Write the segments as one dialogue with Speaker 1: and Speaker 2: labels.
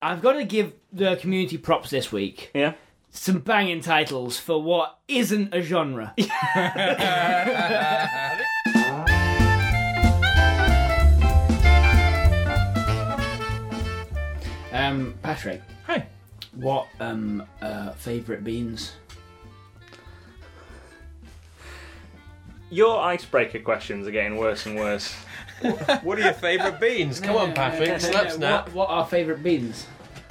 Speaker 1: I've got to give the community props this week.
Speaker 2: Yeah.
Speaker 1: Some banging titles for what isn't a genre. um, Patrick,
Speaker 2: Hi.
Speaker 1: what um uh, favorite beans?
Speaker 2: Your icebreaker questions are getting worse and worse.
Speaker 3: What are your favourite beans? Come on, Patrick, snap, snap.
Speaker 1: What, what are favorite beans?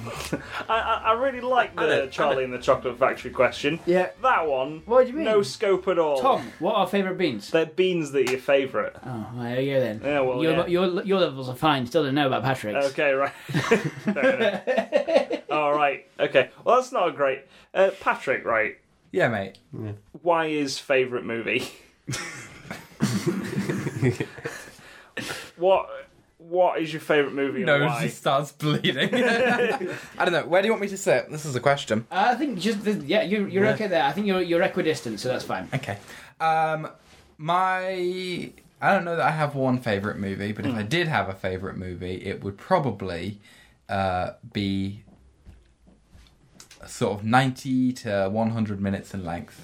Speaker 2: I, I, I really like the
Speaker 3: I know, I
Speaker 2: Charlie
Speaker 3: know.
Speaker 2: and the Chocolate Factory question.
Speaker 1: Yeah.
Speaker 2: That one.
Speaker 1: What do you mean?
Speaker 2: No scope at all.
Speaker 1: Tom, what are favorite beans?
Speaker 2: They're beans that are your favourite.
Speaker 1: Oh, well, there you go then.
Speaker 2: Yeah, well,
Speaker 1: your,
Speaker 2: yeah.
Speaker 1: your your levels are fine. Still don't know about Patrick's.
Speaker 2: Okay, right. Fair enough. All right. Okay. Well, that's not great. Uh, Patrick, right?
Speaker 4: Yeah, mate.
Speaker 2: Why is favourite movie? what? What is your favourite movie? and
Speaker 4: No,
Speaker 2: why?
Speaker 4: she starts bleeding. I don't know. Where do you want me to sit? This is a question.
Speaker 1: Uh, I think just the, yeah, you're, you're okay there. I think you're you're equidistant, so that's fine.
Speaker 4: Okay. Um, my. I don't know that I have one favorite movie, but if I did have a favorite movie, it would probably uh, be sort of 90 to 100 minutes in length.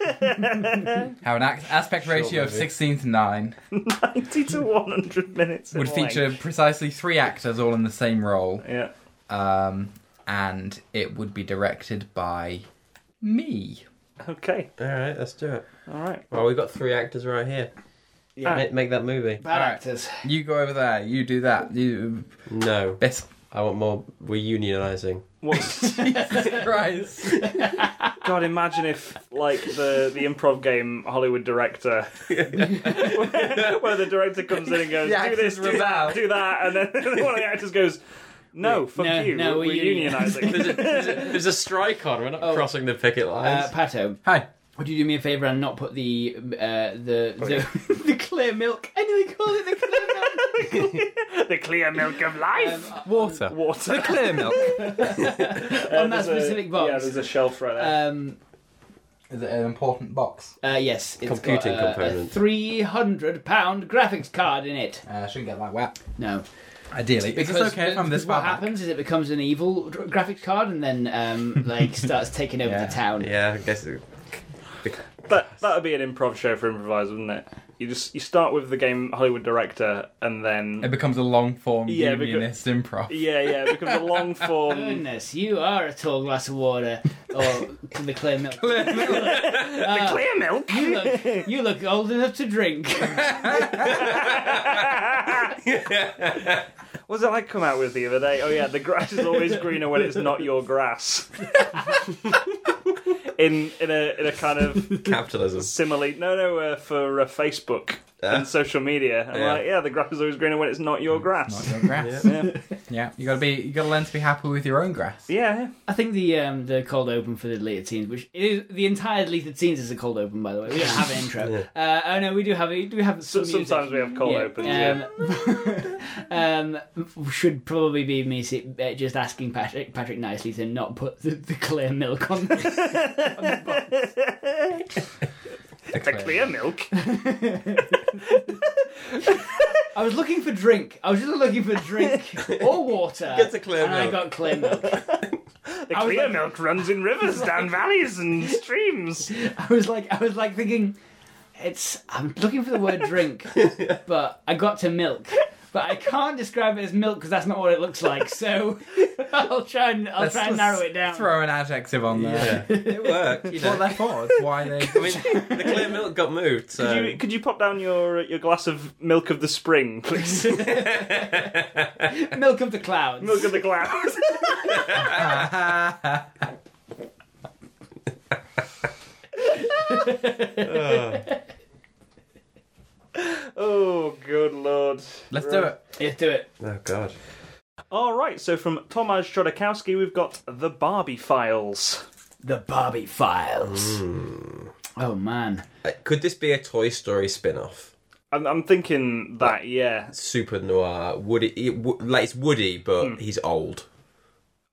Speaker 4: Have an ac- aspect ratio of
Speaker 3: movie.
Speaker 4: 16 to 9.
Speaker 2: Ninety to one hundred minutes. in
Speaker 4: Would
Speaker 2: length.
Speaker 4: feature precisely three actors all in the same role.
Speaker 2: Yeah.
Speaker 4: Um, and it would be directed by me.
Speaker 2: Okay.
Speaker 3: All right, let's do it.
Speaker 2: All right.
Speaker 3: Well, we've got three actors right here.
Speaker 1: Yeah.
Speaker 3: Make, make that movie.
Speaker 1: Bad
Speaker 4: Alright.
Speaker 1: actors.
Speaker 4: You go over there, you do that. You
Speaker 3: No,
Speaker 4: best
Speaker 3: I want more. We're unionising.
Speaker 2: What's,
Speaker 4: Christ.
Speaker 2: God, imagine if like the the improv game Hollywood director, where, the director comes in and goes,
Speaker 4: The
Speaker 2: "Do this,
Speaker 4: actors
Speaker 2: do that,
Speaker 4: rebel.
Speaker 2: do that," and then one of the actors goes, "No, fuck
Speaker 1: no,
Speaker 2: you,
Speaker 1: no,
Speaker 2: we're,
Speaker 1: we're
Speaker 2: unionising."
Speaker 3: There's a, there's, a, there's a strike on. We're not
Speaker 1: Oh.
Speaker 3: crossing the picket
Speaker 1: Uh,
Speaker 3: lines.
Speaker 1: Pato,
Speaker 4: Hi.
Speaker 1: would you do me a favour and not put the uh, the the, the clear milk? I knew they called it the clear milk. Um,
Speaker 2: the clear milk of life,
Speaker 4: Water.
Speaker 2: water
Speaker 4: Clear milk.
Speaker 1: on that specific box.
Speaker 2: Yeah, there's a shelf right there.
Speaker 1: Um,
Speaker 4: Is it an important box?
Speaker 1: uh, yes, it's
Speaker 3: Computing
Speaker 1: got, uh,
Speaker 3: component.
Speaker 1: A three hundred pound graphics card in it.
Speaker 4: Uh, I shouldn't get that wet.
Speaker 1: No,
Speaker 4: Ideally. Because it's okay if I'm this
Speaker 1: what
Speaker 4: far back.
Speaker 1: happens is it becomes an evil dr- graphics card and then um, like starts taking over
Speaker 4: Yeah.
Speaker 1: the town.
Speaker 3: yeah, I guess. It,
Speaker 2: that that would be an improv show for improvisers, wouldn't it? You just you start with the game Hollywood director, and
Speaker 4: It
Speaker 2: then
Speaker 4: becomes a long form
Speaker 2: Yeah, because-
Speaker 4: unionist improv.
Speaker 2: yeah, yeah, it becomes a long form.
Speaker 1: Goodness, you are a tall glass of water or the clear milk.
Speaker 2: the clear milk.
Speaker 1: You look, you look old enough to drink.
Speaker 2: What was it I come out with the other day? Oh yeah, the grass is always greener when it's not your grass. in in a in a kind of
Speaker 3: capitalism.
Speaker 2: simile. No, no, uh, for uh, Facebook and social media. I'm
Speaker 3: Yeah.
Speaker 2: like, yeah, the grass is always greener when it's not your
Speaker 4: Not
Speaker 2: grass.
Speaker 4: your grass.
Speaker 2: Yeah.
Speaker 4: yeah. You gotta be you gotta learn to be happy with your own grass.
Speaker 2: yeah,
Speaker 1: I think the um, the cold open for the deleted scenes, which is the entire deleted scenes, is a cold open. By the way, we don't have an intro. uh, oh no, we do have. We do have
Speaker 2: So,
Speaker 1: some music.
Speaker 2: sometimes we have cold
Speaker 1: Yeah,
Speaker 2: opens. Yeah.
Speaker 1: Um, um, should probably be me si- uh, just asking Patrick Patrick nicely to not put the, the clear milk on.
Speaker 2: The clear milk.
Speaker 1: I was looking for drink. I was just looking for drink or water.
Speaker 3: Get the clear
Speaker 1: and I
Speaker 3: milk.
Speaker 1: got clear milk.
Speaker 2: The
Speaker 1: was
Speaker 2: clear
Speaker 1: like-
Speaker 2: milk runs in rivers, down valleys and streams.
Speaker 1: I was like, I was like thinking, it's. I'm looking for the word drink, but I got to milk, but I can't describe it as milk because that's not what it looks like. So I'll try and I'll
Speaker 4: Let's
Speaker 1: try and
Speaker 4: just
Speaker 1: narrow it down.
Speaker 4: Throw an adjective on there.
Speaker 3: Yeah, it worked. You
Speaker 4: It's what
Speaker 3: know.
Speaker 4: they're for. It's why they.
Speaker 3: I mean, the clear milk got moved. So
Speaker 2: Could you, could you pop down your uh, your glass of milk of the spring, please?
Speaker 1: Milk of the clouds.
Speaker 2: milk of the clouds. Oh, good lord.
Speaker 4: Let's do it.
Speaker 1: Let's do it.
Speaker 3: oh god.
Speaker 2: All right, so from Tomasz Chodakowski, we've got The Barbie Files.
Speaker 1: The Barbie Files.
Speaker 2: Mm.
Speaker 1: Oh man.
Speaker 3: Uh, Could this be a Toy Story spin-off?
Speaker 2: I'm, I'm thinking that, yeah.
Speaker 3: Super noir, Woody. It, wo- like it's Woody, but he's old.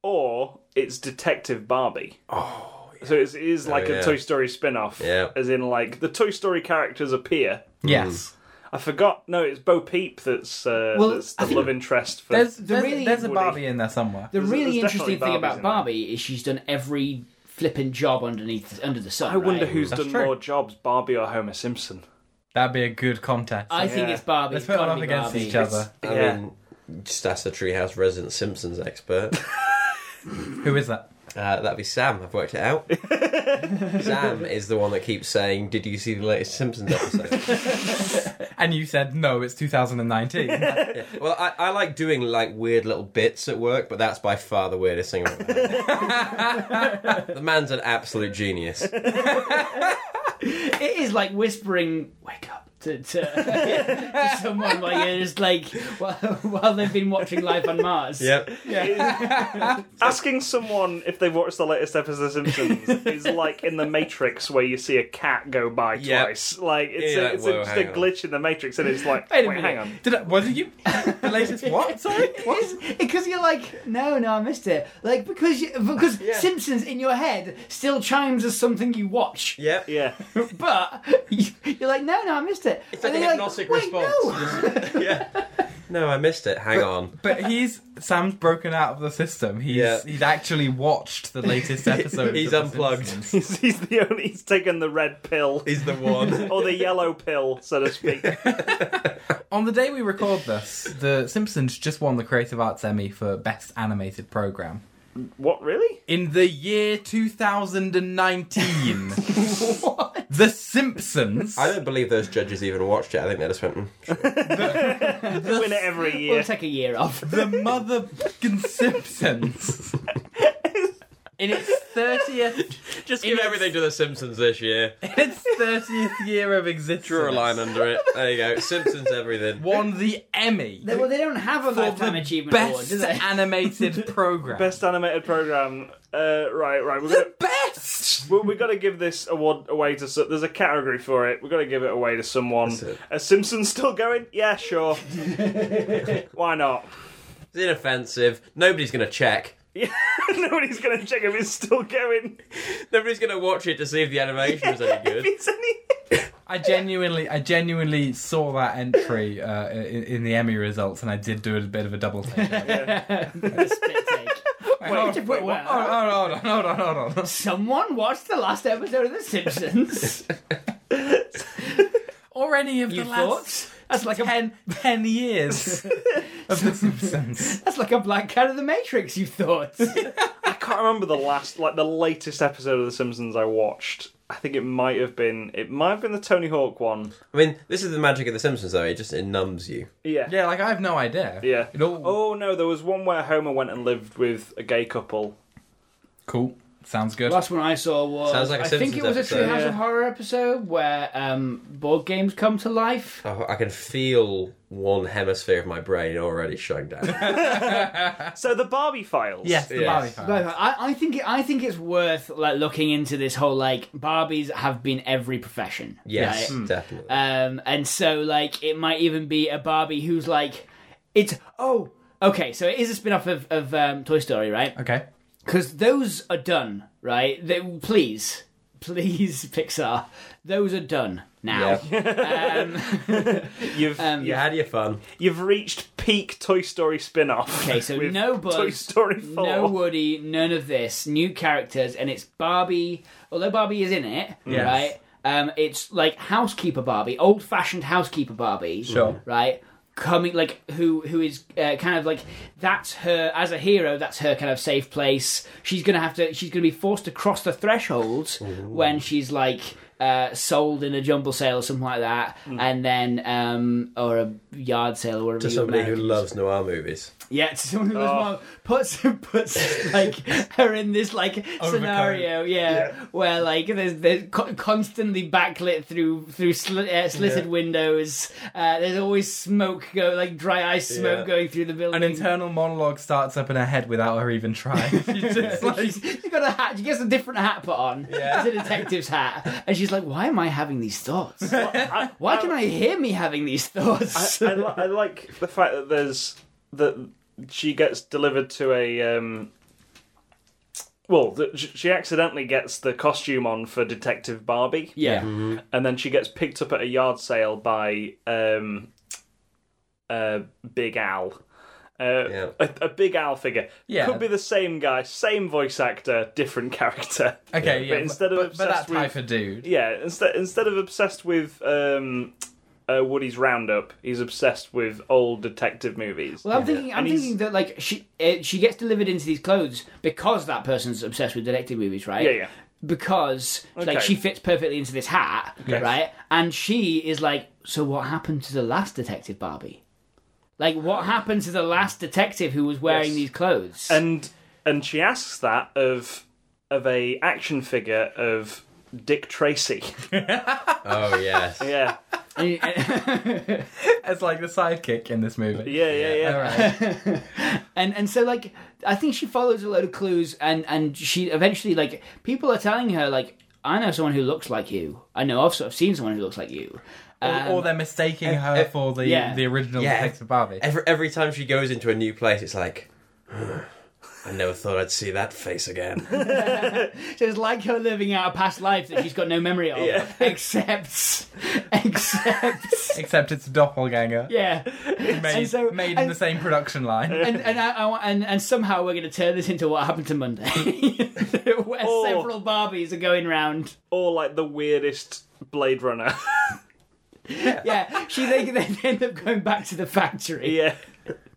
Speaker 2: Or it's Detective Barbie. Oh. So it's, it is like
Speaker 3: Oh, yeah.
Speaker 2: a Toy Story spin off.
Speaker 3: Yeah.
Speaker 2: As in, like, the Toy Story characters appear.
Speaker 4: Yes.
Speaker 2: I forgot. No, it's Bo Peep that's, uh,
Speaker 1: Well,
Speaker 2: that's
Speaker 1: I
Speaker 2: the
Speaker 1: think-
Speaker 2: love interest for.
Speaker 4: There's
Speaker 1: The
Speaker 4: there's,
Speaker 1: really-
Speaker 4: there's a
Speaker 2: Woody.
Speaker 4: Barbie in there somewhere.
Speaker 1: The
Speaker 2: There's-
Speaker 1: really
Speaker 2: there's
Speaker 1: interesting
Speaker 2: definitely
Speaker 1: thing
Speaker 2: Barbies
Speaker 1: about
Speaker 2: in there.
Speaker 1: Barbie is she's done every flipping job underneath under the sun.
Speaker 2: I wonder
Speaker 1: right?
Speaker 2: who's
Speaker 4: That's
Speaker 2: done
Speaker 4: true.
Speaker 2: more jobs, Barbie or Homer Simpson.
Speaker 4: That'd be a good contest.
Speaker 1: I think
Speaker 2: Yeah.
Speaker 1: it's Barbie.
Speaker 4: Let's
Speaker 1: Let's
Speaker 4: put
Speaker 1: gotta
Speaker 4: them up
Speaker 1: be
Speaker 4: against
Speaker 1: Barbie.
Speaker 4: each other.
Speaker 3: I
Speaker 2: Yeah.
Speaker 3: mean, just ask the Treehouse resident Simpsons expert.
Speaker 4: Who is that?
Speaker 3: Uh, that'd be Sam. I've worked it out. Sam is the one that keeps saying, "Did you see the latest Simpsons episode?"
Speaker 4: And you said no, it's 2019.
Speaker 3: well, I, I like doing like weird little bits at work, but that's by far the weirdest thing. I've ever done. the man's an absolute genius.
Speaker 1: It is like whispering, "Wake up." To, to, to someone while you're just like while, while they've been watching Life on Mars.
Speaker 3: Yep.
Speaker 2: Asking someone if they've watched the latest episode of The Simpsons is like in the Matrix where you see a cat go by
Speaker 3: Yeah.
Speaker 2: twice. Like it's,
Speaker 3: Yeah,
Speaker 2: a, it's
Speaker 3: whoa,
Speaker 2: a, just
Speaker 3: hang
Speaker 2: a
Speaker 3: on.
Speaker 2: glitch in the Matrix, and it's like,
Speaker 1: Wait
Speaker 2: wait,
Speaker 1: a
Speaker 2: hang
Speaker 1: minute.
Speaker 2: on.
Speaker 4: Did I, was it you? The latest what? Sorry, what?
Speaker 1: Because you're like, no, no, I missed it. Like because you, because Simpsons in your head still chimes as something you watch,
Speaker 3: Yep.
Speaker 2: Yeah,
Speaker 1: but you- you're like, no, no, I missed it. It's
Speaker 3: like an hypnotic response. yeah. No, I missed it. Hang on.
Speaker 4: But he's Sam's broken out of the system. He's
Speaker 3: Yeah.
Speaker 4: he's actually watched the latest episode.
Speaker 3: He's
Speaker 4: of The
Speaker 3: unplugged.
Speaker 4: Simpsons.
Speaker 2: he's, he's the only. He's taken the red pill
Speaker 3: He's the one.
Speaker 2: or the yellow pill, so to speak.
Speaker 4: On the day we record this, The Simpsons just won the Creative Arts Emmy for Best Animated Program
Speaker 2: what really?
Speaker 4: in the year 2019. The Simpsons.
Speaker 3: I don't believe those judges even watched it. I think they just went. "Mm, sure."
Speaker 2: They win it every
Speaker 1: We'll
Speaker 2: year.
Speaker 1: take a year off.
Speaker 4: the mother fucking Simpsons. In its thirtieth,
Speaker 3: Just
Speaker 4: give everything
Speaker 3: to the Simpsons this year.
Speaker 4: its thirtieth year of existence,
Speaker 3: Draw a line under it. There you go. Simpsons everything.
Speaker 4: won the Emmy
Speaker 1: They, well, they don't have a
Speaker 4: for
Speaker 1: lifetime
Speaker 4: the
Speaker 1: achievement award,
Speaker 4: best
Speaker 1: do they?
Speaker 4: animated program.
Speaker 2: Best animated program. Uh, right, right. We're gonna,
Speaker 4: the best.
Speaker 2: we we got to give this award away to. so- There's a category for it. We've got to give it away to someone.
Speaker 3: That's it.
Speaker 2: Are Simpsons still going? Yeah, sure. Why not?
Speaker 3: It's inoffensive. Nobody's gonna check.
Speaker 2: Yeah, nobody's going to check if it's still going.
Speaker 3: Nobody's gonna watch it to see if the animation was any
Speaker 2: If
Speaker 3: good.
Speaker 2: it's any.
Speaker 4: I genuinely, I genuinely saw that entry uh, in, in the Emmy results, and I did do a bit of a double take. Wait,
Speaker 1: The spit take.
Speaker 4: hold,
Speaker 1: wait,
Speaker 4: hold,
Speaker 1: what?
Speaker 4: on, hold on, hold on, hold on.
Speaker 1: Someone watched the last episode of The Simpsons.
Speaker 4: Or any of
Speaker 1: you
Speaker 4: the last
Speaker 1: thought? That's like a
Speaker 4: ten, ten years of The Simpsons.
Speaker 1: that's like a black cat of the Matrix. You thought?
Speaker 2: I can't remember the last, like the latest episode of The Simpsons I watched. I think it might have been. It might have been the Tony Hawk one.
Speaker 3: I mean, this is the magic of The Simpsons, though. It just it numbs you.
Speaker 2: Yeah.
Speaker 4: Yeah, like I have no idea.
Speaker 2: Yeah.
Speaker 4: It all
Speaker 2: Oh no, there was one where Homer went and lived with a gay couple.
Speaker 4: cool. Sounds good.
Speaker 1: last one I saw was
Speaker 3: Sounds like a
Speaker 1: I think it
Speaker 3: Simpsons
Speaker 1: was a
Speaker 3: episode.
Speaker 1: Treehouse
Speaker 2: Yeah.
Speaker 1: of Horror episode where um, board games come to life.
Speaker 3: Oh, I can feel one hemisphere of my brain already shutting down.
Speaker 2: So the Barbie Files.
Speaker 4: Yes, the
Speaker 3: Yes.
Speaker 4: Barbie
Speaker 1: But
Speaker 4: fan.
Speaker 1: I, I think it, I think it's worth like looking into this whole like Barbies have been every profession.
Speaker 3: yes,
Speaker 1: right?
Speaker 3: definitely.
Speaker 1: Mm. Um, and so like it might even be a Barbie who's like, it's oh okay, so it is a spin off of, of um, Toy Story, right?
Speaker 4: Okay.
Speaker 1: Because those are done, right? They, please, please, Pixar, those are done now.
Speaker 3: yeah.
Speaker 2: You've
Speaker 1: Um,
Speaker 3: you had your fun.
Speaker 2: you've reached peak Toy Story spin-off.
Speaker 1: Okay, so
Speaker 2: with
Speaker 1: no Buzz,
Speaker 2: Toy Story Four.
Speaker 1: no Woody, none of this. New characters, and it's Barbie. Although Barbie is in it,
Speaker 4: Yes.
Speaker 1: right? Um, it's like housekeeper Barbie, old-fashioned housekeeper Barbie,
Speaker 4: Sure.
Speaker 1: right? Coming like who who is uh, kind of like that's her as a hero. That's her kind of safe place. She's gonna have to. She's gonna be forced to cross the threshold when she's like. Uh, sold in a jumble sale or something like that, and then um, or a yard sale or whatever.
Speaker 3: Mm. To
Speaker 1: you
Speaker 3: somebody who
Speaker 1: Americans-
Speaker 3: loves noir movies.
Speaker 1: yeah, to someone who was
Speaker 2: Oh.
Speaker 1: mom puts puts like her in this like scenario, yeah, where like there's there's co- constantly backlit through through sl- uh, slitted windows. Uh, there's always smoke go like dry ice smoke
Speaker 3: Yeah.
Speaker 1: going through the building.
Speaker 4: An internal monologue starts up in her head without her even trying. She's just like,
Speaker 1: She's got a hat. She gets a different hat put on.
Speaker 3: Yeah.
Speaker 1: It's a detective's hat, and she's like, "Why am I having these thoughts? Why can I hear me having these thoughts?"
Speaker 2: I, I, li- I like the fact that there's that she gets delivered to a um, well, th- sh- she accidentally gets the costume on for Detective Barbie,
Speaker 1: Yeah.
Speaker 2: and then she gets picked up at a yard sale by um, uh, Big Al. Uh,
Speaker 3: Yeah.
Speaker 2: a, a big owl figure
Speaker 4: Yeah.
Speaker 2: could be the same guy, same voice actor, different character.
Speaker 4: Okay, yeah.
Speaker 2: but instead of
Speaker 4: but, but that
Speaker 2: obsessed with-
Speaker 4: type of dude.
Speaker 2: Yeah, instead instead of obsessed with um, uh, Woody's Roundup, he's obsessed with old detective movies.
Speaker 1: Well, I'm thinking. I'm
Speaker 2: And he's-
Speaker 1: thinking that like she uh, she gets delivered into these clothes because that person's obsessed with detective movies, right?
Speaker 2: Yeah, yeah.
Speaker 1: Because
Speaker 2: Okay.
Speaker 1: like she fits perfectly into this hat, right? And she is like, so what happened to the last detective Barbie? Like, what happened to the last detective who was wearing
Speaker 2: Yes.
Speaker 1: these clothes?
Speaker 2: and and she asks that of of a action figure of Dick Tracy.
Speaker 3: Oh yes.
Speaker 2: Yeah,
Speaker 1: And-
Speaker 4: As like the sidekick in this movie.
Speaker 2: yeah, yeah, yeah.
Speaker 4: All right.
Speaker 1: and and so like I think she follows a load of clues and and she eventually like people are telling her like I know someone who looks like you. I know I've sort of seen someone who looks like you. Um,
Speaker 4: or, or they're mistaking her for the
Speaker 1: yeah.
Speaker 4: the original
Speaker 3: Yeah.
Speaker 4: Detective Barbie.
Speaker 3: Every every time she goes into a new place, it's like, I never thought I'd see that face again.
Speaker 1: So it's like her living out a past life that she's got no memory of,
Speaker 2: Yeah.
Speaker 1: except, except,
Speaker 4: Except it's a doppelganger
Speaker 1: yeah,
Speaker 4: made,
Speaker 1: and so-
Speaker 4: made in
Speaker 1: and-
Speaker 4: the same production line.
Speaker 1: and and I, I, want- and, and somehow we're going to turn this into what happened to Monday, where
Speaker 2: Oh.
Speaker 1: several Barbies are going round.
Speaker 2: Or like the weirdest Blade Runner.
Speaker 1: Yeah, she they, they end up going back to the factory.
Speaker 2: yeah.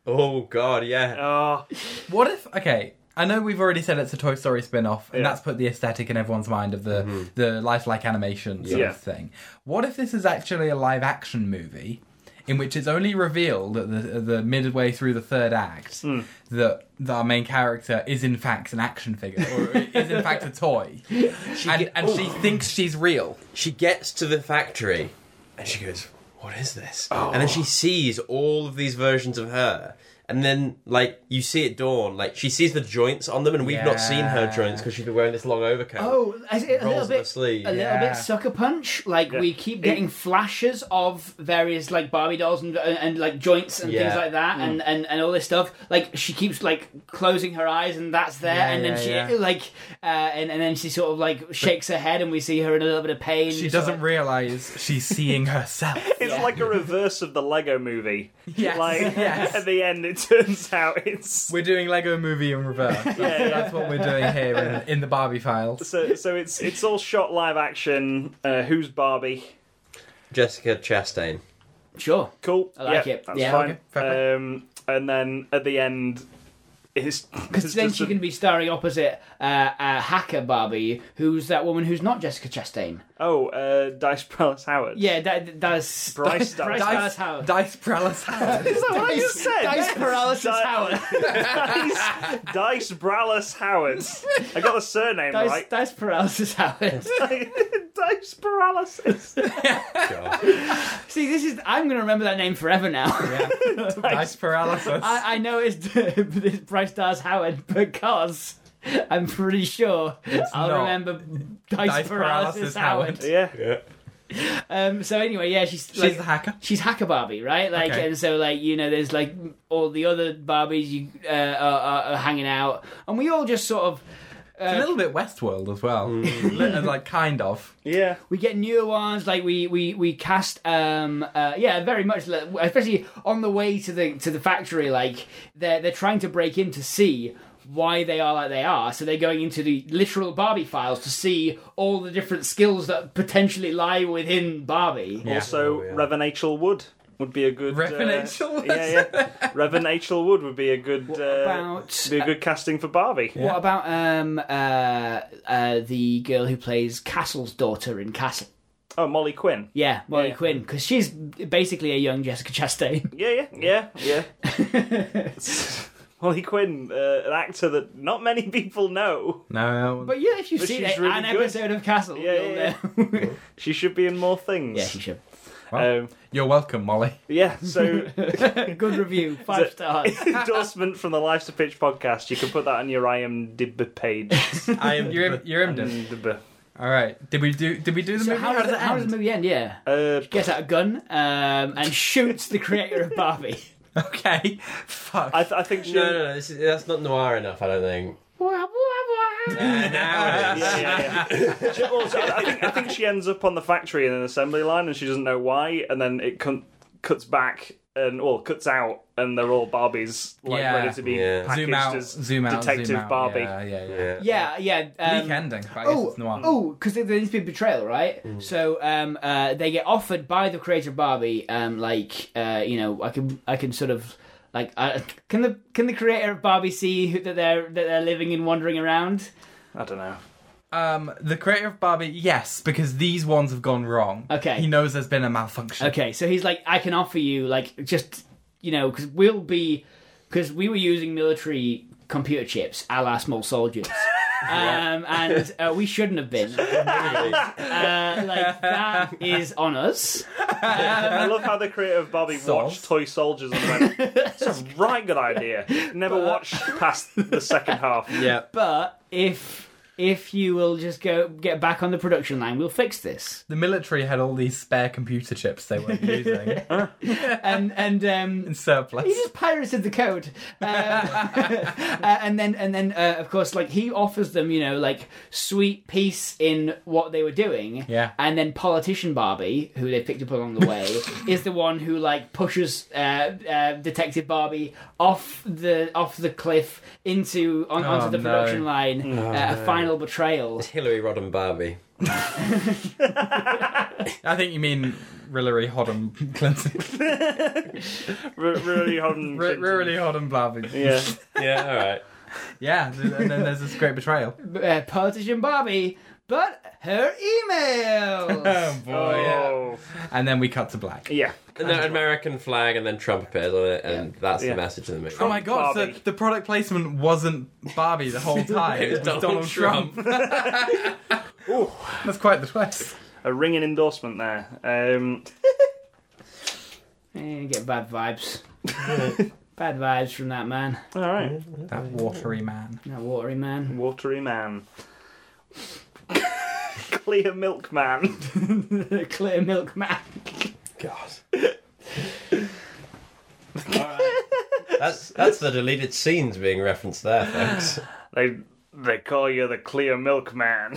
Speaker 3: oh God, yeah.
Speaker 2: Oh,
Speaker 4: What if okay? I know we've already said it's a Toy Story spin-off,
Speaker 2: Yeah.
Speaker 4: and
Speaker 2: Mm-hmm.
Speaker 4: that's put the aesthetic in everyone's mind of the the lifelike animation sort
Speaker 2: Yeah.
Speaker 4: of thing. What if this is actually a live action movie in which it's only revealed at the, the midway through the third act
Speaker 2: Hmm.
Speaker 4: that, that our main character is in fact an action figure or is in fact a toy, and,
Speaker 3: get-
Speaker 4: and she thinks she's real.
Speaker 3: She gets to the factory, and she goes, "What is this?" And then she sees all of these versions of her. And then, like, you see at dawn, like, she sees the joints on them, and we've not seen her
Speaker 4: Yeah.
Speaker 3: joints because she's been wearing this long overcoat.
Speaker 1: Oh, a, a
Speaker 3: Rolls
Speaker 1: little
Speaker 3: of the
Speaker 1: bit,
Speaker 3: sleeve.
Speaker 1: a little
Speaker 4: Yeah.
Speaker 1: bit sucker punch. Like we keep getting flashes of various like Barbie dolls and and, and, like joints and
Speaker 3: Yeah.
Speaker 1: things like that, and, and and all this stuff. Like she keeps like closing her eyes, and that's there,
Speaker 4: Yeah,
Speaker 1: and then
Speaker 4: yeah,
Speaker 1: she
Speaker 4: yeah.
Speaker 1: like, uh, and and then she sort of like shakes her head, and we see her in a little bit of pain.
Speaker 4: She
Speaker 1: Sort of-
Speaker 4: doesn't realize she's seeing herself.
Speaker 2: it's like a reverse of the Lego movie.
Speaker 4: Yes,
Speaker 2: Like
Speaker 4: yes.
Speaker 2: at the end, it turns out it's
Speaker 4: We're doing Lego Movie in reverse. That's,
Speaker 2: yeah.
Speaker 4: that's what we're doing here in, in the Barbie files.
Speaker 2: so so it's it's all shot live action. Uh, who's Barbie?
Speaker 3: Jessica Chastain.
Speaker 1: Sure.
Speaker 2: Cool.
Speaker 1: I like
Speaker 2: yeah,
Speaker 1: it.
Speaker 2: That's
Speaker 1: Yeah,
Speaker 2: fine.
Speaker 4: okay, fair play.
Speaker 2: Um, and then at the end, it's because
Speaker 1: Then she can be starring opposite uh, uh, Hacker Barbie, who's that woman who's not Jessica Chastain.
Speaker 2: Oh, uh, Dice Prellis Howard.
Speaker 1: Yeah, that, that's
Speaker 2: Bryce Dallas-
Speaker 1: Bryce Dallas Howard.
Speaker 4: Dice Prellis Howard.
Speaker 2: Is that what I just said?
Speaker 1: Dice paralysis
Speaker 2: Di-
Speaker 1: Howard.
Speaker 2: Dice, Dice Brallis Howard. I got the surname
Speaker 1: Dice,
Speaker 2: right.
Speaker 1: dice paralysis Howard.
Speaker 2: Dice paralysis.
Speaker 3: God.
Speaker 1: See, this is. I'm going to remember that name forever now.
Speaker 4: Dice paralysis.
Speaker 1: I, I know it's, it's Bryce Dallas Howard because I'm pretty sure
Speaker 4: not.
Speaker 1: I'll remember Dice,
Speaker 4: Dice
Speaker 1: paralysis,
Speaker 4: Paralysis
Speaker 1: Howard.
Speaker 2: Yeah.
Speaker 3: Yeah.
Speaker 1: Um, so anyway, yeah, she's
Speaker 4: She's
Speaker 1: like,
Speaker 4: the hacker.
Speaker 1: she's Hacker Barbie, right? Like,
Speaker 4: Okay.
Speaker 1: and so like you know, there's like all the other Barbies you uh, are, are, are hanging out, and we all just sort of.
Speaker 4: A
Speaker 1: Uh,
Speaker 4: little bit Westworld as well.
Speaker 2: Mm.
Speaker 4: Li- uh, like, kind of.
Speaker 2: Yeah.
Speaker 1: we get newer ones like we we we cast um uh, yeah very much like- especially on the way to the to the factory like they're they're trying to break in to see why they are like they are so they're going into the literal barbie files to see all the different skills that potentially lie within barbie
Speaker 2: Also,
Speaker 3: Oh, yeah.
Speaker 2: Reverend H.L. Wood would be a good.
Speaker 4: Reverend
Speaker 2: uh,
Speaker 4: H.L. Wood.
Speaker 2: Yeah, yeah. Reverend H.L. Wood would be a good. What
Speaker 1: about-
Speaker 2: Be a good casting for Barbie.
Speaker 1: what about um uh, uh the girl who plays castle's daughter in castle
Speaker 2: Oh, Molly Quinn.
Speaker 1: yeah molly
Speaker 2: Yeah.
Speaker 1: quinn because she's basically a young jessica chastain
Speaker 2: Yeah, yeah, yeah, yeah. Molly Quinn, uh, an actor that not many people know.
Speaker 4: No.
Speaker 1: but yeah if you've
Speaker 2: But
Speaker 1: seen
Speaker 2: she's
Speaker 1: it,
Speaker 2: really
Speaker 1: an
Speaker 2: good.
Speaker 1: episode of castle
Speaker 2: Yeah,
Speaker 1: you'll
Speaker 2: yeah,
Speaker 1: know.
Speaker 2: She should be in more things.
Speaker 1: yeah she should
Speaker 2: Um,
Speaker 4: You're welcome, Molly.
Speaker 2: yeah, so
Speaker 1: Good review, five stars.
Speaker 2: endorsement from the Life's a Pitch podcast. You can put that on your IMDb page.
Speaker 3: I am.
Speaker 4: You're, you're him, Dim.
Speaker 2: IMDb.
Speaker 4: All right. Did we do? Did we do the
Speaker 1: So
Speaker 4: movie?
Speaker 1: how, does
Speaker 4: it
Speaker 1: it, how does the
Speaker 4: end?
Speaker 1: movie end? Yeah,
Speaker 2: Uh,
Speaker 1: gets out a gun um, and shoots the creator of Barbie.
Speaker 4: Okay. Fuck.
Speaker 2: I, th- I think she.
Speaker 3: No, no, no. This is, that's not noir enough. I don't think.
Speaker 1: Wah, wah, wah.
Speaker 3: now it is.
Speaker 2: yeah, yeah, yeah. She- well, so I, I think, I think she ends up on the factory in an assembly line, and she doesn't know why. And then it cu- cuts back and well, cuts out, and they're all Barbies like
Speaker 4: Yeah.
Speaker 2: ready to be
Speaker 3: Yeah.
Speaker 2: packaged
Speaker 4: zoom out,
Speaker 2: as
Speaker 4: zoom out,
Speaker 2: Detective
Speaker 4: zoom out.
Speaker 2: Barbie.
Speaker 4: Yeah, yeah, yeah.
Speaker 1: Yeah,
Speaker 3: Yeah.
Speaker 1: yeah. Um,
Speaker 4: Bleak ending, but I guess
Speaker 1: Oh,
Speaker 4: it's noir.
Speaker 1: oh, because there needs to be betrayal, right? So um, uh, they get offered by the creator of Barbie, um, like uh, you know, I can, I can sort of, like, uh, can the can the creator of Barbie see who, that they're that they're living and wandering around?
Speaker 2: I don't know.
Speaker 4: Um, the creator of Barbie, yes, because these ones have gone wrong.
Speaker 1: Okay.
Speaker 4: He knows there's been a malfunction.
Speaker 1: Okay, so he's like, I can offer you, like, just you know, because we'll be, because we were using military computer chips, a la small soldiers. Um, and uh, we shouldn't have been. Uh, like that is on us.
Speaker 2: I love how the creator of Barbie
Speaker 4: Solved.
Speaker 2: watched Toy Soldiers and went, "It's a right good idea." Never watched past the second half.
Speaker 3: yeah.
Speaker 1: But if if you will just go get back on the production line, we'll fix this.
Speaker 4: The military had all these spare computer chips they weren't using
Speaker 1: And and
Speaker 4: in
Speaker 1: um,
Speaker 4: surplus.
Speaker 1: he just pirated the code. Um, uh, and then and then uh, of course, like he offers them, you know, like sweet peace in what they were doing.
Speaker 4: Yeah.
Speaker 1: And then politician Barbie, who they picked up along the way, is the one who like pushes uh, uh, Detective Barbie off the off the cliff into on,
Speaker 4: Oh,
Speaker 1: onto the
Speaker 4: no. Oh,
Speaker 1: production line. uh, A final betrayal.
Speaker 3: Hillary Rodham Barbie.
Speaker 4: I think you mean Rillery Hodden Clinton.
Speaker 2: R- really holding.
Speaker 4: R- Rillery Hodden Barbie.
Speaker 2: Yeah.
Speaker 3: Yeah, all right.
Speaker 4: Yeah, th- and then there's this great betrayal.
Speaker 1: uh, politician Bobby, but her emails.
Speaker 4: Oh boy.
Speaker 2: Oh.
Speaker 4: And then we cut to black.
Speaker 2: Yeah.
Speaker 3: And the American flag and then Trump appears on it, and that's
Speaker 2: Yeah.
Speaker 3: the message of the movie.
Speaker 4: Oh my god, so
Speaker 2: Barbie.
Speaker 4: the product placement wasn't Barbie the whole time. it was Donald, Trump. That's quite the twist.
Speaker 2: A ringing endorsement there. Um,
Speaker 1: Eh, you get bad vibes. bad vibes from that man,
Speaker 2: all right.
Speaker 4: That watery man.
Speaker 1: that watery man.
Speaker 2: Watery man. Clear milk man.
Speaker 1: Clear milk man.
Speaker 3: God. that's that's the deleted scenes being referenced there, folks.
Speaker 2: They they call you the clear milk man.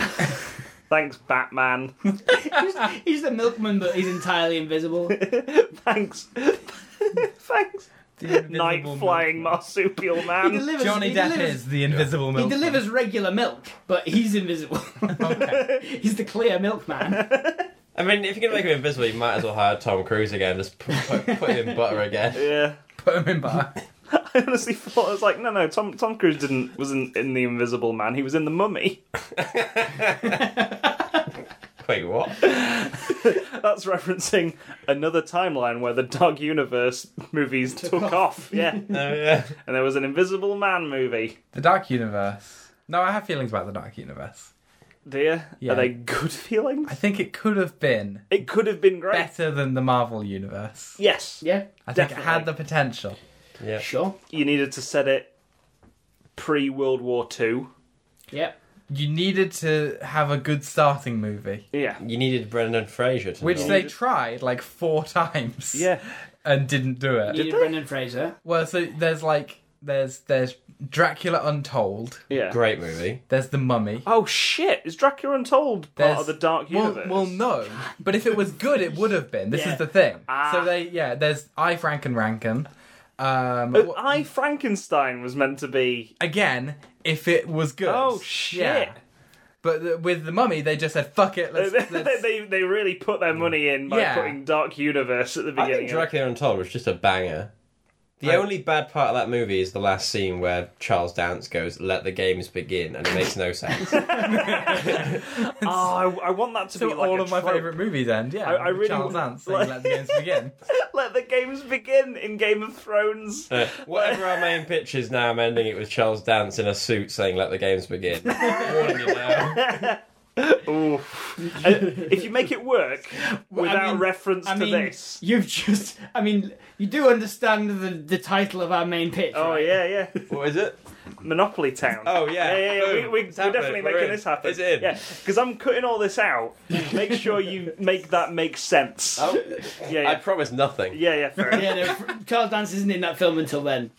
Speaker 2: Thanks, Batman.
Speaker 1: He's, he's the milkman, but he's entirely invisible.
Speaker 2: Thanks. Thanks.
Speaker 4: The
Speaker 2: Night
Speaker 4: invisible
Speaker 2: flying
Speaker 4: milkman.
Speaker 2: marsupial
Speaker 1: He
Speaker 2: man.
Speaker 1: delivers,
Speaker 4: Johnny
Speaker 1: he
Speaker 4: Depp
Speaker 1: delivers,
Speaker 4: is the invisible
Speaker 1: He
Speaker 4: milkman.
Speaker 1: delivers regular milk, but he's invisible.
Speaker 4: Okay.
Speaker 1: he's the clear milkman.
Speaker 3: I mean, if you're gonna make him invisible, you might as well hire Tom Cruise again. Just put, put, put him in butter again.
Speaker 2: Yeah.
Speaker 4: Put him in bar.
Speaker 2: I honestly thought I was like, no, no. Tom Tom Cruise didn't wasn't in the Invisible Man. He was in the Mummy.
Speaker 3: Wait, what? Oh,
Speaker 2: That's referencing another timeline where the Dark Universe movies took off. Yeah, and
Speaker 3: Oh yeah.
Speaker 2: there was an Invisible Man movie.
Speaker 4: The Dark Universe. No, I have feelings about the Dark Universe.
Speaker 2: Dear,
Speaker 4: Yeah.
Speaker 2: are they good feelings?
Speaker 4: I think it could have been
Speaker 2: It could have been great.
Speaker 4: better than the Marvel Universe.
Speaker 2: Yes,
Speaker 1: Yeah,
Speaker 4: I think it had
Speaker 2: Definitely.
Speaker 4: the potential.
Speaker 3: Yeah.
Speaker 1: sure.
Speaker 2: you needed to set it pre World War Two.
Speaker 1: Yep.
Speaker 4: You needed to have a good starting movie,
Speaker 2: Yeah,
Speaker 3: You needed Brendan Fraser to.
Speaker 4: which
Speaker 3: know.
Speaker 4: they tried like four times.
Speaker 2: yeah.
Speaker 4: And didn't do it.
Speaker 1: You need
Speaker 2: they?
Speaker 1: Brendan Fraser.
Speaker 4: Well, so there's like there's there's Dracula Untold.
Speaker 2: Yeah.
Speaker 3: Great movie.
Speaker 4: There's the Mummy.
Speaker 2: Oh shit! Is Dracula Untold part
Speaker 4: There's-
Speaker 2: of the Dark
Speaker 4: well,
Speaker 2: Universe?
Speaker 4: well, no. But if it was good, it would have been. This
Speaker 1: Yeah.
Speaker 4: is the thing.
Speaker 2: Ah.
Speaker 4: So they yeah. There's I Franken Rankin. Um,
Speaker 2: But Oh, I Frankenstein was meant to be.
Speaker 4: again, if it was good.
Speaker 2: Oh shit!
Speaker 4: Yeah. But the, with the Mummy, they just said fuck it. Let's,
Speaker 2: they,
Speaker 4: let's...
Speaker 2: they they really put their money in by
Speaker 4: Yeah.
Speaker 2: putting Dark Universe at the
Speaker 3: I
Speaker 2: beginning.
Speaker 3: think
Speaker 2: of it.
Speaker 3: Dracula Untold was just a banger. The
Speaker 4: Right.
Speaker 3: only bad part of that movie is the last scene where Charles Dance goes, "Let the games begin," and it makes no sense.
Speaker 2: Oh, I, I want that to
Speaker 4: So
Speaker 2: be like
Speaker 4: all
Speaker 2: a
Speaker 4: of my
Speaker 2: trope.
Speaker 4: favourite movies end. Yeah,
Speaker 2: I- I really
Speaker 4: Charles
Speaker 2: want-
Speaker 4: Dance. saying,
Speaker 2: like-
Speaker 4: Let the games begin.
Speaker 2: Let the games begin in Game of Thrones.
Speaker 3: Uh, whatever our main pitch is now, I'm ending it with Charles Dance in a suit saying, "Let the games begin." Warning you now.
Speaker 2: Ooh. Uh, if you make it work
Speaker 1: I
Speaker 2: without
Speaker 1: mean-
Speaker 2: reference
Speaker 1: I
Speaker 2: to
Speaker 1: mean,
Speaker 2: this.
Speaker 1: you've just. I mean, you do understand the, the title of our main pitch.
Speaker 2: Oh
Speaker 1: right?
Speaker 2: yeah, yeah.
Speaker 3: What is it?
Speaker 2: Monopoly Town.
Speaker 3: Oh, yeah.
Speaker 2: yeah, yeah. We,
Speaker 3: Boom.
Speaker 2: we, we're
Speaker 3: It's happening.
Speaker 2: definitely
Speaker 3: We're
Speaker 2: making
Speaker 3: in.
Speaker 2: this happen.
Speaker 3: It's in.
Speaker 2: Yeah, because I'm cutting all this out. Make sure you make that make sense.
Speaker 3: Oh,
Speaker 2: yeah,
Speaker 3: I
Speaker 2: yeah,
Speaker 3: promise nothing.
Speaker 2: yeah, yeah. Fair enough.
Speaker 1: Yeah, no, Fr- Charles Dance isn't in that film until then.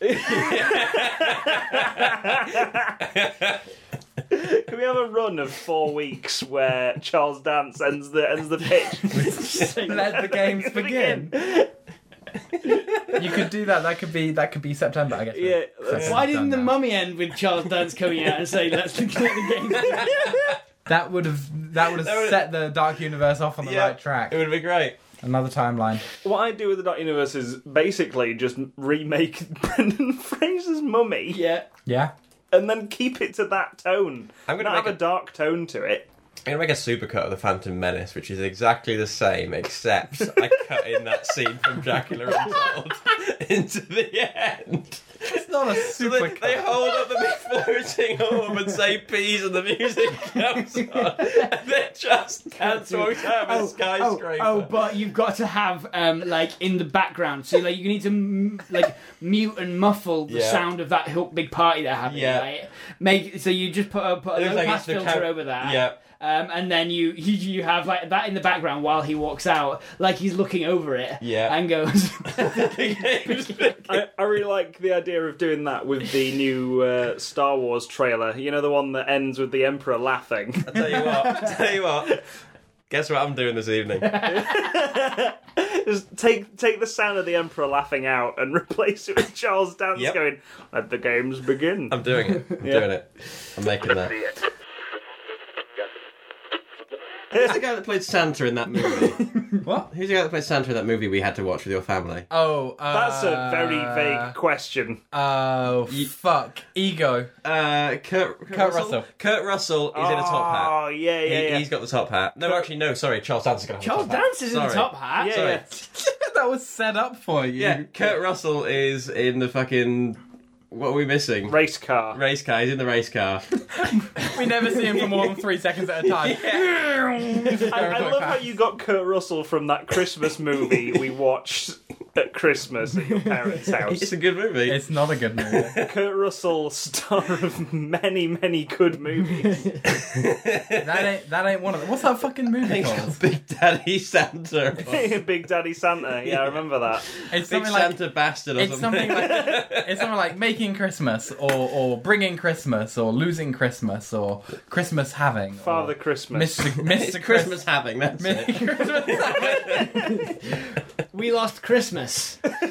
Speaker 2: run of four weeks where Charles Dance ends the ends the pitch.
Speaker 4: Let the games begin. you could do that. That could be that could be September. I guess.
Speaker 2: Yeah,
Speaker 4: September.
Speaker 1: Why didn't the
Speaker 4: Done now.
Speaker 1: mummy end with Charles Dance coming out and saying, let's look at the game?
Speaker 4: That would have that would have
Speaker 3: That would-
Speaker 4: set the Dark Universe off on the
Speaker 3: Yeah.
Speaker 4: right track.
Speaker 3: It would be great.
Speaker 4: Another timeline.
Speaker 2: what I do with the Dark Universe is basically just remake Brendan Fraser's Mummy
Speaker 1: yeah.
Speaker 4: Yeah.
Speaker 2: and then keep it to that tone.
Speaker 3: I'm gonna
Speaker 2: Not
Speaker 3: make
Speaker 2: have a...
Speaker 3: a-
Speaker 2: dark tone to it.
Speaker 3: I'm gonna make a supercut of the Phantom Menace, which is exactly the same, except I cut in that scene from Dracula Untold into the end.
Speaker 4: It's not a
Speaker 3: So they,
Speaker 4: super.
Speaker 3: they hold up the big floating orb and say peas, and the music comes on. And they just dance walks out of a skyscraper.
Speaker 1: oh, but you've got to have um, like in the background. So like you need to m- like mute and muffle the
Speaker 3: Yeah.
Speaker 1: sound of that ho- big party they're having.
Speaker 3: Yeah.
Speaker 1: Right? Make so you just put a, put a
Speaker 3: It
Speaker 1: low
Speaker 3: looks like
Speaker 1: pass
Speaker 3: it's the
Speaker 1: Oh, filter
Speaker 3: cam-
Speaker 1: over that.
Speaker 3: Yeah.
Speaker 1: Um, and then you, you you have like that in the background while he walks out, like he's looking over it.
Speaker 3: Yeah.
Speaker 1: And goes.
Speaker 2: I, I really like the idea of doing that with the new uh, Star Wars trailer. You know, the one that ends with the Emperor laughing.
Speaker 3: I tell you what, I tell you what. Guess what I'm doing this evening?
Speaker 2: Just take take the sound of the Emperor laughing out and replace it with Charles Dance
Speaker 3: Yep.
Speaker 2: going, "Let the games begin."
Speaker 3: I'm doing it. I'm
Speaker 2: Yeah.
Speaker 3: doing it. I'm making that. Who's the guy that played Santa in that movie?
Speaker 4: What?
Speaker 3: Who's the guy that played Santa in that movie we had to watch with your family?
Speaker 4: Oh, uh,
Speaker 2: That's a very vague question.
Speaker 4: Oh, fuck. Ego.
Speaker 3: Uh, Kurt, Kurt,
Speaker 4: Russell.
Speaker 3: Kurt Russell is in a top hat.
Speaker 2: Oh yeah, yeah,
Speaker 3: He,
Speaker 2: yeah.
Speaker 3: he's got the top hat. No, actually, no. Sorry, Charles Dance is going to have
Speaker 1: Charles
Speaker 3: the top hat.
Speaker 1: Dance is in the
Speaker 3: Sorry.
Speaker 1: top hat.
Speaker 2: Yeah,
Speaker 3: Sorry.
Speaker 2: yeah.
Speaker 4: that was set up for you.
Speaker 3: Yeah, Kurt Russell is in the fucking. What are we missing?
Speaker 2: Race car.
Speaker 3: Race car. He's in the race car.
Speaker 4: We never see him for more than three seconds at a time.
Speaker 2: I, I love how you got Kurt Russell from that Christmas movie we watched at Christmas at your parents'
Speaker 3: It's
Speaker 2: house.
Speaker 3: a good movie.
Speaker 4: It's not a good movie.
Speaker 2: Kurt Russell, star of many, many good movies.
Speaker 4: that ain't that ain't one of them. What's that fucking movie
Speaker 3: It's
Speaker 4: called?
Speaker 3: got Big Daddy Santa.
Speaker 2: Big Daddy Santa. Yeah, I remember that.
Speaker 4: It's
Speaker 3: Big
Speaker 4: something like
Speaker 3: Santa Bastard or
Speaker 4: it's something
Speaker 3: something.
Speaker 4: like it's something like making Christmas or or bringing Christmas or losing Christmas or Christmas having or
Speaker 2: Father Christmas.
Speaker 4: Mr.
Speaker 3: It's
Speaker 4: Mr.
Speaker 3: Christmas having, that's it.
Speaker 1: We lost Christmas.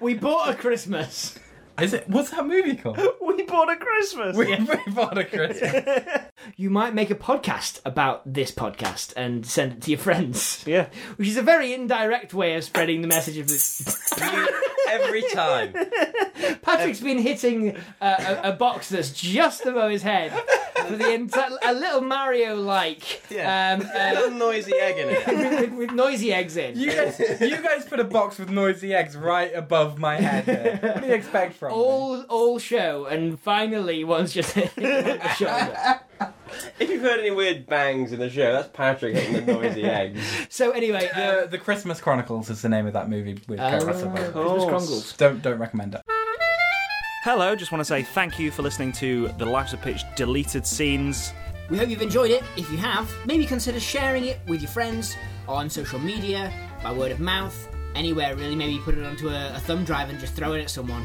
Speaker 1: We bought a Christmas.
Speaker 4: Is it? What's that movie called?
Speaker 2: We bought a Christmas.
Speaker 4: We we bought a Christmas.
Speaker 1: You might make a podcast about this podcast and send it to your friends.
Speaker 2: Yeah.
Speaker 1: which is a very indirect way of spreading the message of this.
Speaker 3: Every time.
Speaker 1: Patrick's been hitting uh, a, a box that's just above his head for the entire, a little Mario-like,
Speaker 3: Yeah.
Speaker 1: um,
Speaker 3: A
Speaker 1: uh,
Speaker 3: little noisy egg in it.
Speaker 1: with, with- with noisy eggs in.
Speaker 4: You guys, you guys put a box with noisy eggs right above my head. Here. What do you expect from me?
Speaker 1: all all show, and finally one's just hit him on the shoulder.
Speaker 3: If you've heard any weird bangs in the show, that's Patrick hitting the noisy eggs.
Speaker 1: So anyway, uh,
Speaker 4: The, the Christmas Chronicles is the name of that movie with Kurt Russell.
Speaker 1: Christmas
Speaker 2: course.
Speaker 1: Crongles.
Speaker 4: Don't don't recommend it.
Speaker 2: Hello, just want to say thank you for listening to the Lives of Pitch deleted scenes.
Speaker 5: We hope you've enjoyed it. If you have, maybe consider sharing it with your friends on social media, by word of mouth, anywhere really. Maybe put it onto a, a thumb drive and just throw it at someone.